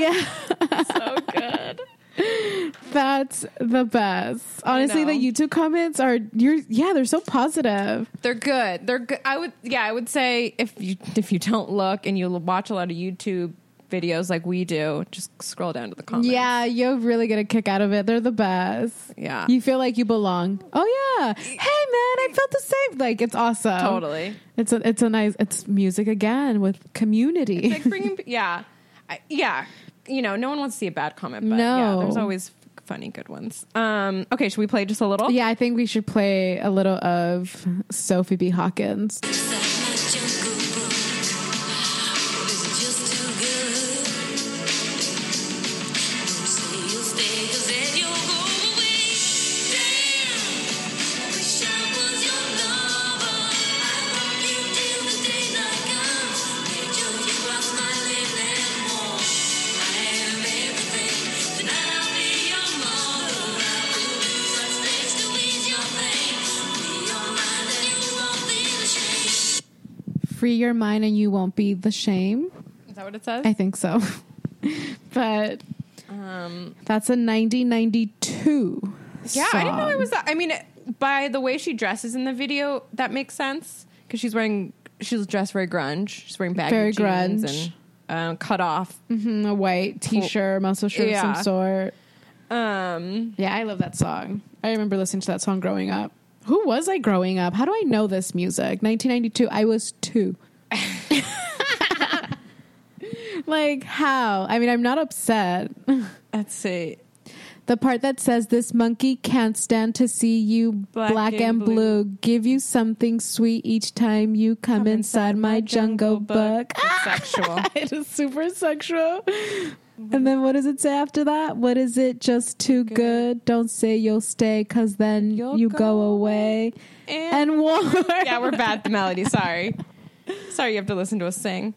Yeah,
So good.
that's the best. Honestly, the
know.
YouTube comments are you're yeah, they're so positive.
They're good. They're good. I would yeah, I would say if you if you don't look and you watch a lot of YouTube videos like we do, just scroll down to the comments.
Yeah, you'll really get a kick out of it. They're the best.
Yeah.
You feel like you belong. Oh yeah. Hey man, I felt the same. Like it's awesome.
Totally.
It's a it's a nice it's music again with community.
Like bringing yeah. I, yeah. You know, no one wants to see a bad comment, but
No.
yeah, there's always funny good ones. Um okay, should we play just a little?
Yeah, I think we should play a little of Sophie B. Hawkins. Free your mind and you won't be the shame.
Is that what it says?
I think so. but
um
that's a 1992.
Yeah, I didn't know it
song.
was that I mean by the way she dresses in the video, that makes sense cuz she's wearing she was dressed very grunge. She's wearing baggy
Very
jeans
grunge.
and um, cut off.
Mhm, a white t-shirt, muscle shirt of
Yeah.
some sort.
Um,
Yeah, I love that song. I remember listening to that song growing up. Who was I growing up? How do I know this music? 1992. I was two. like, how? I mean, I'm not upset.
let's see.
The part that says, This monkey can't stand to see you black,
Black
and,
and
blue. Give you something sweet each time you come, inside, my jungle book. Ah!
It's sexual.
it is super sexual. And then what does it say after that? What is it? Just too good. Don't say you'll stay, cause then
You'll
you
go
go away.
And,
And war.
yeah, we're bad at the melody. Sorry, sorry. You have to listen to us sing.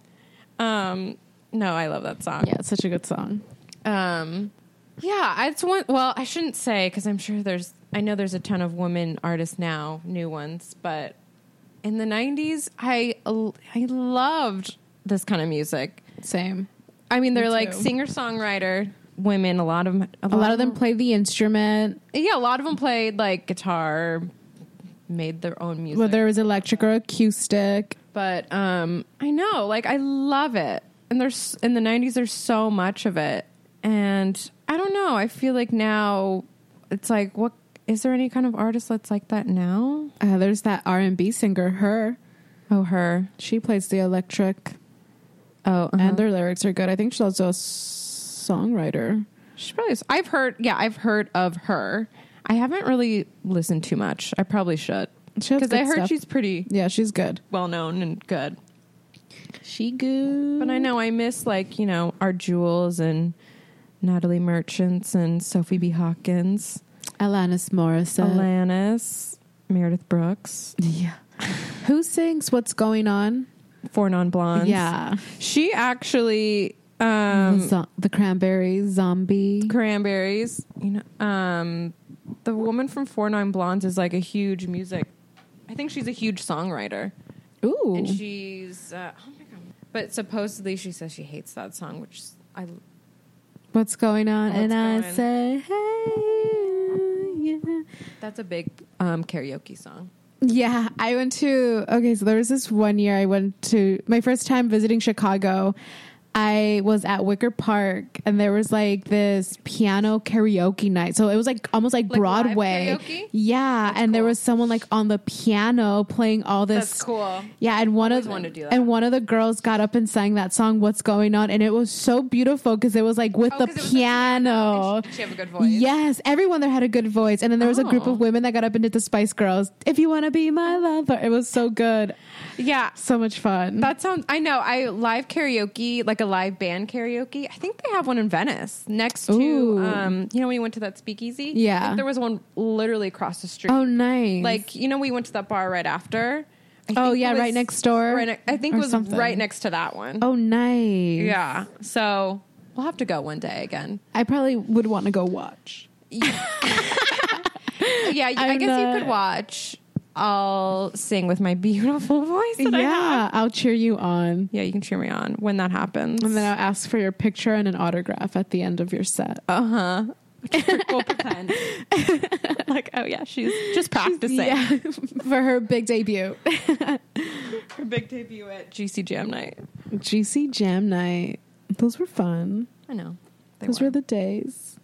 Um, no, I love that song.
Yeah, it's such a good song.
Um, yeah, I just want. Well, I shouldn't say because I'm sure there's. I know there's a ton of women artists now, new ones, but in the '90s, I I loved this kind of music.
Same.
I mean, they're like
too.
singer songwriter women. A lot of 'em-
A lot of them play the instrument,
Yeah, a lot of them played like guitar, made their own music.
whether it was electric or acoustic.
but um, I know, like I love it, and there's in the '90s there's so much of it, and I don't know. I feel like now it's like, what is there any kind of artist that's like that now?
Uh, there's that R and B singer, her.
Oh, her.
She plays the electric,
Oh, uh-huh.
and their lyrics are good. I think she's also a s- songwriter.
she probably. Is. I've heard. Yeah, I've heard of her. I haven't really listened too much. I probably should
She has
because I
good
heard
stuff.
she's pretty
Yeah, she's good.
well known and good.
She good.
But I know I miss like you know our Jules and Natalie Merchants and Sophie B Hawkins,
Alanis Morissette.
Alanis, Meredith Brooks,
Yeah. Who sings What's Going On?
Four Non Blondes.
Yeah.
she actually um,
the, zo- the Cranberries, Zombie.
cranberries. You know, um, the woman from Four Non Blondes is like a huge music. I think she's a huge songwriter,
Ooh.
and she's uh, oh my god. But supposedly she says she hates that song, which I
What's Going On?
What's
and I
Going-
say, hey. Yeah.
that's a big um, karaoke song.
Yeah, I went to okay, so there was this one year I went to my first time visiting Chicago. I was at Wicker Park and there was like this piano karaoke night. So it was like almost like,
Like live
Broadway.
karaoke?
Yeah, and there was someone like on the piano playing all this
That's cool.
Yeah, and one of
Always wanted to do that.
and one of the girls got up and sang that song "What's Going On," and it was so beautiful because it was like with
Oh,
the
'cause it was a
piano.
and she- she have a good voice.
Yes, everyone there had a good voice, and then there was a group
Oh.
of women that got up and did the Spice Girls. If you want to be my lover, it was so good,
Yeah,
so much fun.
That sounds. I know. I live karaoke, like a live band karaoke. I think they have one in Venice next to.
Ooh.
Um, you know when you went to that speakeasy?
Yeah.
I think there was one literally across the street.
oh, nice!
Like you know, we went to that bar right after. I
Oh,
think it
yeah, right next door
Right ne- I think it
or
was
something.
right next to that one.
oh, nice!
yeah. So we'll have to go one day again.
I probably would want to go watch.
Yeah, i
I'm
guess you
not-
could watch. I'll sing with my beautiful voice. That I have.
yeah, I'll cheer you on,
Yeah, you can cheer me on when that happens.
and then I'll ask for your picture and an autograph at the end of your set.
Uh huh. we'll pretend. like, oh yeah, she's just practicing
Yeah, for her big debut.
her big debut at GC Jam Night.
GC Jam Night. Those were fun.
I know. They
Those
were.
were the days.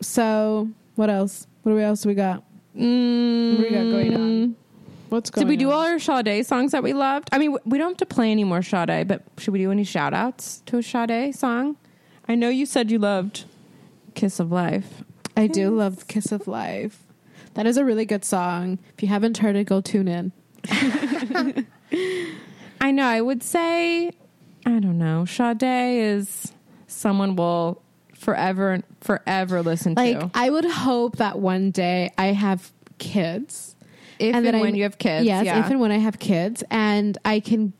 So, what else? What do we else we got?
Mm.
What do we got going on? What's going
Did
on?
we do all our Sade songs that we loved? I mean, w- we don't have to play any more Sade, but should we do any shout outs to a Sade song? I know you said you loved Kiss of Life.
I do love Kiss of Life. That is a really good song. If you haven't heard it, go tune in.
I know. I would say, I don't know. Sade is someone will forever, forever listen
Like,
to.
I would hope that one day I have kids.
If and,
then
when you have kids.
Yes,
yeah.
if and when I have kids, and I can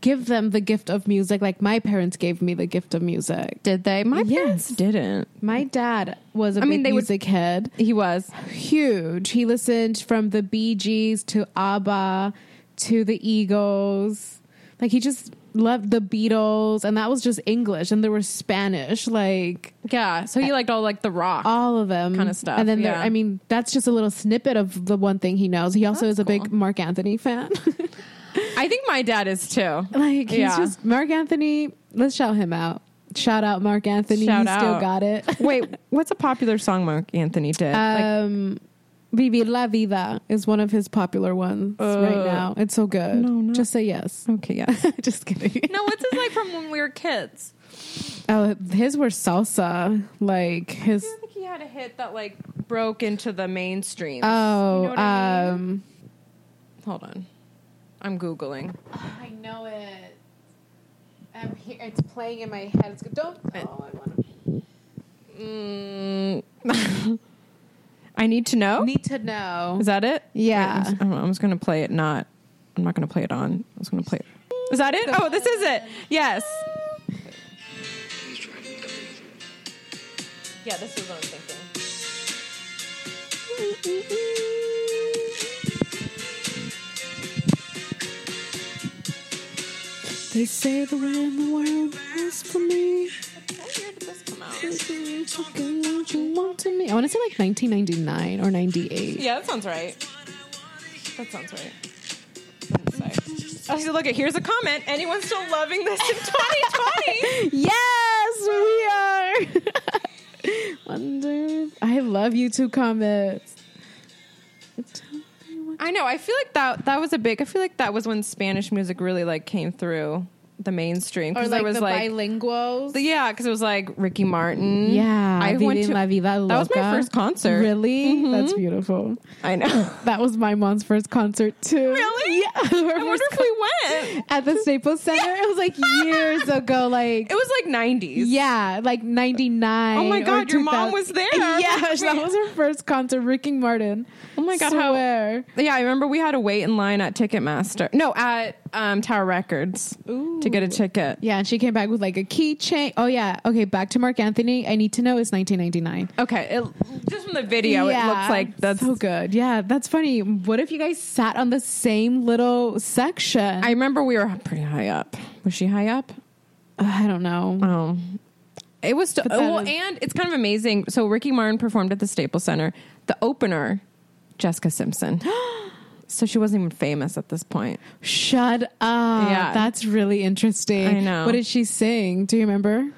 give them the gift of music, like my parents gave me the gift of music.
Did they? My parents
Yes.
didn't.
My dad was a
I mean,
big
they would-
music head.
He was.
huge. He listened from the Bee Gees to ABBA to the Eagles. Like he just loved the Beatles and that was just English and there was Spanish, like
Yeah. So he liked all like the rock.
all of them
Kinda stuff,
And then there,
yeah.
I mean, that's just a little snippet of the one thing he knows. He also
That's
is a big
cool.
Mark Anthony fan.
I think my dad is too.
Like he's
Yeah.
just Mark Anthony. Let's shout him out. Shout out Mark Anthony.
Shout
he still
out.
got it.
Wait, what's a popular song Mark Anthony did? Like,
um, Vivi La Vida is one of his popular ones right
Uh,
now. It's so good.
no, no.
Just say yes.
okay, yeah.
just kidding.
no, what's his like from when we were kids?
Oh, his were salsa. Like his.
I feel like he had a hit that like broke into the mainstream.
Oh,
You know what I mean?
um,
hold on. I'm googling.
I know it. I'm here. It's playing in my head. It's don't. Oh, I want to.
Mm. I need to know.
Need to know.
Is that it?
Yeah.
Wait, I'm, just, I'm just gonna play it. Not. I'm not gonna play it on. I was gonna play it. Is that it? Oh, this is it. Yes. Yeah, this is what I'm thinking.
They say the way in the world is for me.
How weird did this come out?
Talking what you want to me. I want to say like 1999 or 98.
Yeah, that sounds right. That sounds right. Oh, so look at here's a comment. Anyone still loving this in 2020?
Yes, we are. Wonder. I love YouTube comments.
I know. I feel like that that was a big. I feel like that was when Spanish music really like came through the mainstream because there was like
bilinguals.
yeah, because it was like Ricky Martin.
yeah,
I
Vivi
went to.
La Vida
that was my
Loca.
first concert. Mm-hmm.
Really? That's beautiful.
I know.
That was my mom's first concert too.
Really?
Yeah. Her
I wonder
first
if we went.
at the Staples Center. It was like years ago. Like
It was like 90s.
yeah, like ninety nine.
Oh my God, your mom was there.
Yeah, that was her first concert. Ricky Martin.
Oh my God, how-
Swear.
Yeah, I remember we had to wait in line at Ticketmaster. No, at um, Tower Records to get a ticket.
Yeah, and she came back with like a keychain. Oh yeah, okay. Back to Mark Anthony. I need to know. It's nineteen ninety nine.
Okay, it, just from the video, it looks like that's.
so good. Yeah, that's funny. What if you guys sat on the same little section?
I remember we were pretty high up. Was she high up?
I don't know.
Oh. It was still,
that
well,
is-
and it's kind of amazing. So Ricky Martin performed at the Staples Center. The opener, Jessica Simpson. so she wasn't even famous at this point.
Shut up.
Yeah.
That's really interesting.
I know.
What did she sing? Do you remember?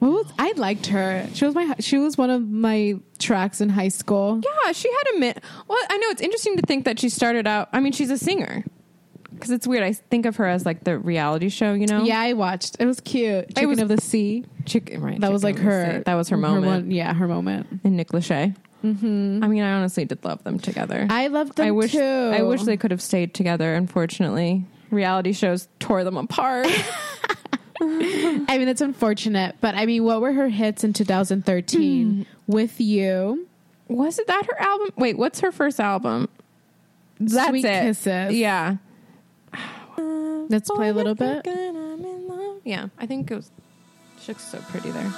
What was I liked her. She was my she was one of my tracks in high school.
Yeah, she had a min. Well, I know it's interesting to think that she started out. I mean, she's a singer because it's weird. I think of her as like the reality show, you know?
Yeah, I watched. It was cute. Chicken
was-
of the Sea.
Chicken, right?
That was like
Chicken of the
her.
Sea. That was her moment.
one- yeah, her moment.
and Nick Lachey. Mm-hmm. I mean, I honestly did love them together.
I loved them
I wish
too.
I wish they could have stayed together. Unfortunately, reality shows tore them apart.
I mean, it's unfortunate, but I mean, what were her hits in 2013?
Hmm.
With you,
was it that her album? Wait, what's her first album? That's
Sweet
it.
Kisses.
Yeah.
Let's play a little bit.
I'm in love. Yeah, I think it was. She looks so pretty there.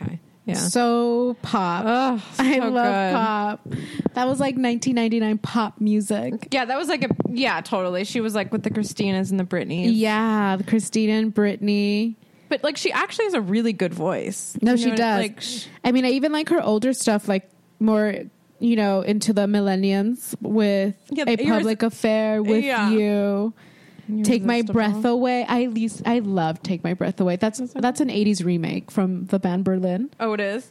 Okay. Yeah.
So pop.
Ugh,
I
so
love
good.
pop. That was like 1999 pop music.
Yeah, that was like a yeah, totally. She was like with the Christinas and the Britneys.
Yeah, the Christina and Britney.
But like she actually has a really good voice.
No,
You
she
know what I-
does.
Like sh-
I mean, I even like her older stuff, like more, you know, into the millenniums with
Yeah,
a
yours-
public affair with
Yeah.
you. Take my
Irresistible.
breath away. I least I love Take My Breath Away. That's that's an 80s remake from the band Berlin.
oh, it is.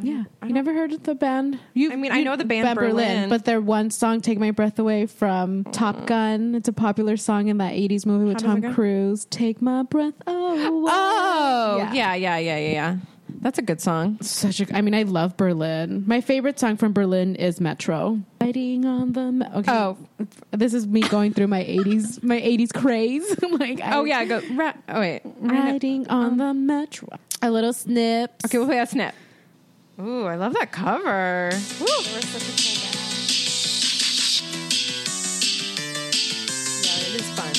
Yeah, you never heard of the band? You,
I mean, I know the band Berlin. Oh.
but their one song "Take My Breath Away" from Top Gun. It's a popular song in that '80s movie with
How does it
Tom
go?
Cruise. "Take My Breath Away."
Oh,
Yeah.
yeah. yeah, yeah, yeah, yeah, That's a good song.
Such a. I mean, I love Berlin. My favorite song from Berlin is "Metro." Riding on the. Me- okay.
Oh.
this is me going through my '80s, my '80s craze. like, I,
Oh yeah, go. Ra- oh wait.
riding on the metro. A little snips.
Okay, we'll play that snip. Ooh, I love that cover. Ooh. Yeah, it is fun.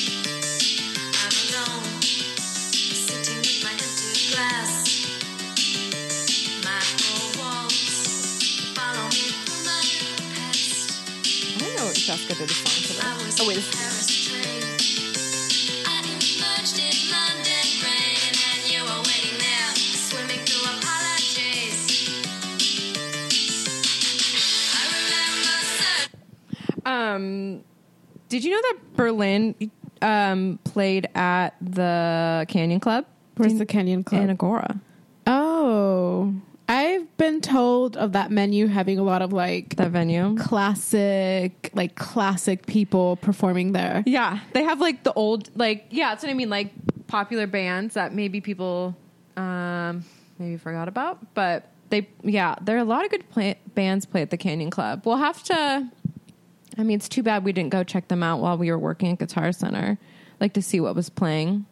I'm alone, sitting with my empty glass. My four walls follow me through my past.
I don't know what Jessica did a song to
I
that.
was
Oh
in
wait,
Paris train. I emerged in London rain, and you were waiting there, swimming through apologies. I remember certain
um, did you know that Berlin um played at the Canyon Club
Where's the Kenyan Club?
in Agora?
Oh, I've been told of that menu having a lot of like
That venue.
classic, like classic people performing there.
Yeah, they have like the old, like yeah, that's what I mean, like popular bands that maybe people um, maybe forgot about, but they yeah, there are a lot of good play, bands play at the Canyon Club. We'll have to. I mean, it's too bad we didn't go check them out while we were working at Guitar Center, like to see what was playing.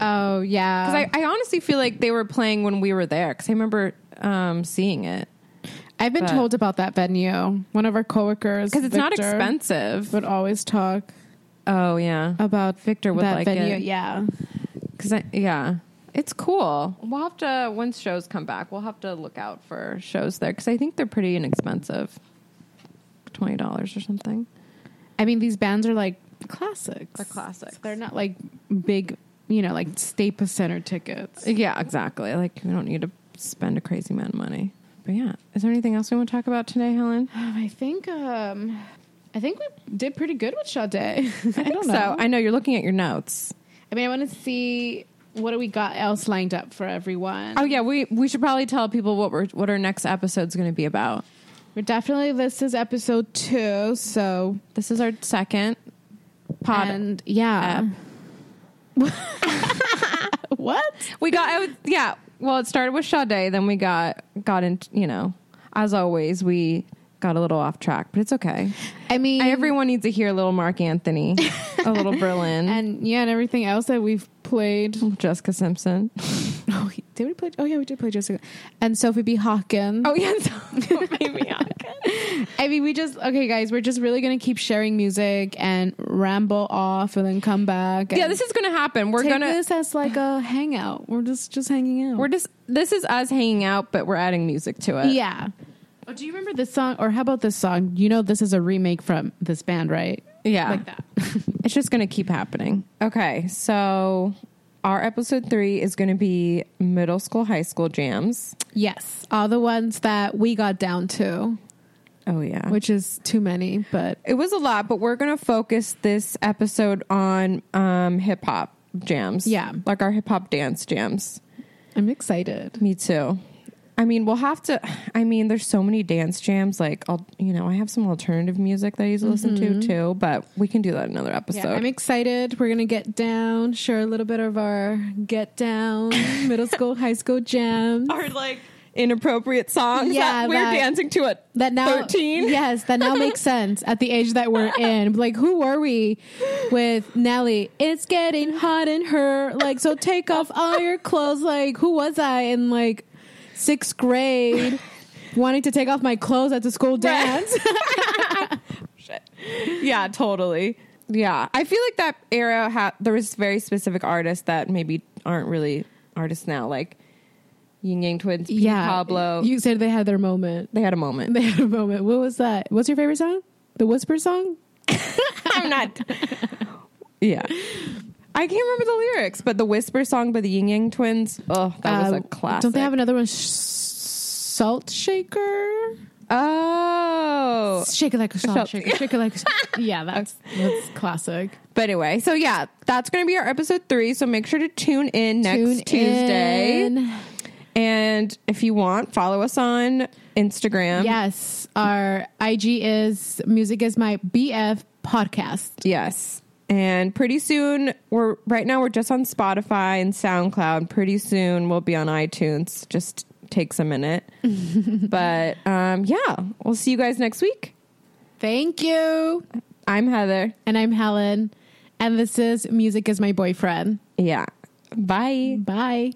Oh yeah,
Because I, I honestly feel like they were playing when we were there, because I remember um, seeing it.
I, have been
but-
told about that venue. One of our coworkers,
Because it's not
Victor,
expensive.
would always talk
Oh yeah,
about
Victor would
that
like
venue.
it.
Yeah,
Cause I, yeah, it's cool. We'll have to once shows come back, we'll have to look out for shows there because I think they're pretty inexpensive, twenty dollars or something.
I mean these bands are like classics.
They're classics.
They're not like big, you know, like Staples Center tickets.
Yeah, exactly. Like we don't need to spend a crazy amount of money. But yeah, is there anything else we want to talk about today, Helen?
Um, I think um, I think we did pretty good with Sade. I, don't know.
So I know you're looking at your notes.
I mean, I want to see what do we got else lined up for everyone.
Oh yeah, we we should probably tell people what we're what our next episode's going to be about.
We're definitely this is episode two, so
This is our second pod.
and yeah. what?
we got I would, yeah well it started with Sade then we got got in you know as always we got a little off track but it's okay
I mean,
everyone needs to hear a little Mark Anthony a little Berlin and
and yeah, and everything else that we've played.
Jessica Simpson
Oh, he- did we play? Oh yeah, we did play Jessica and Sophie B Hawkins.
oh yeah so, maybe
I mean, we just okay, guys. We're just really gonna keep sharing music and ramble off and then come back.
yeah
and
this is gonna happen we're
take
gonna
this as like a hangout. We're just just hanging out.
we're just this is us hanging out but we're adding music to it
yeah. Oh, do you remember this song? Or how about this song? You know, this is a remake from this band, right?
yeah
Like that.
it's just gonna keep happening okay so our episode three is gonna be middle school high school jams
yes. All the ones that we got down to,
oh yeah
which is too many, but
It was a lot, but we're going to focus this episode on um, hip hop jams.
Yeah.
Like our hip hop dance jams.
I'm excited.
Me too. I mean, we'll have to. I mean, there's so many dance jams. Like, I'll, you know, I have some alternative music that I used to listen to too, but we can do that another episode.
Mm-hmm. Yeah, I'm excited. We're going to get down, share a little bit of our get down middle school, high school jams.
Our like inappropriate songs
Yeah,
that we're
that-
dancing to at
That now,
13.
yes, that now makes sense at the age that we're in. Like, who were we with Nelly? It's getting hot in her. Like, so take off all your clothes. Like, who was I in like sixth grade, wanting to take off my clothes at the school dance?
yeah, totally. Yeah, I feel like that era ha- there was very specific artists that maybe aren't really artists now, like Ying Yang Twins, P. Pablo.
You said they had their moment.
they had a moment.
They had a moment. What was that? What's your favorite song? The Whisper song?
I'm not. yeah, I can't remember the lyrics, but the Whisper song by the Ying Yang Twins. Oh, that was
Uh,
a classic.
Don't they have another one? Sh- Salt Shaker?
Oh.
Shake it like a
Shop-
shop. Shake it, shake it like a shop. Yeah, that's that's classic.
But anyway, so yeah, that's going to be our episode three. So make sure to tune in next
Tune
Tuesday.
in.
And if you want, follow us on Instagram.
Yes, our IG is music is my BF podcast.
Yes. And pretty soon, we're right now we're just on Spotify and SoundCloud. Pretty soon we'll be on iTunes. Just takes a minute. but um, yeah, we'll see you guys next week.
Thank you.
I'm Heather.
And I'm Helen, and this is music is my boyfriend.
Yeah. Bye.
Bye.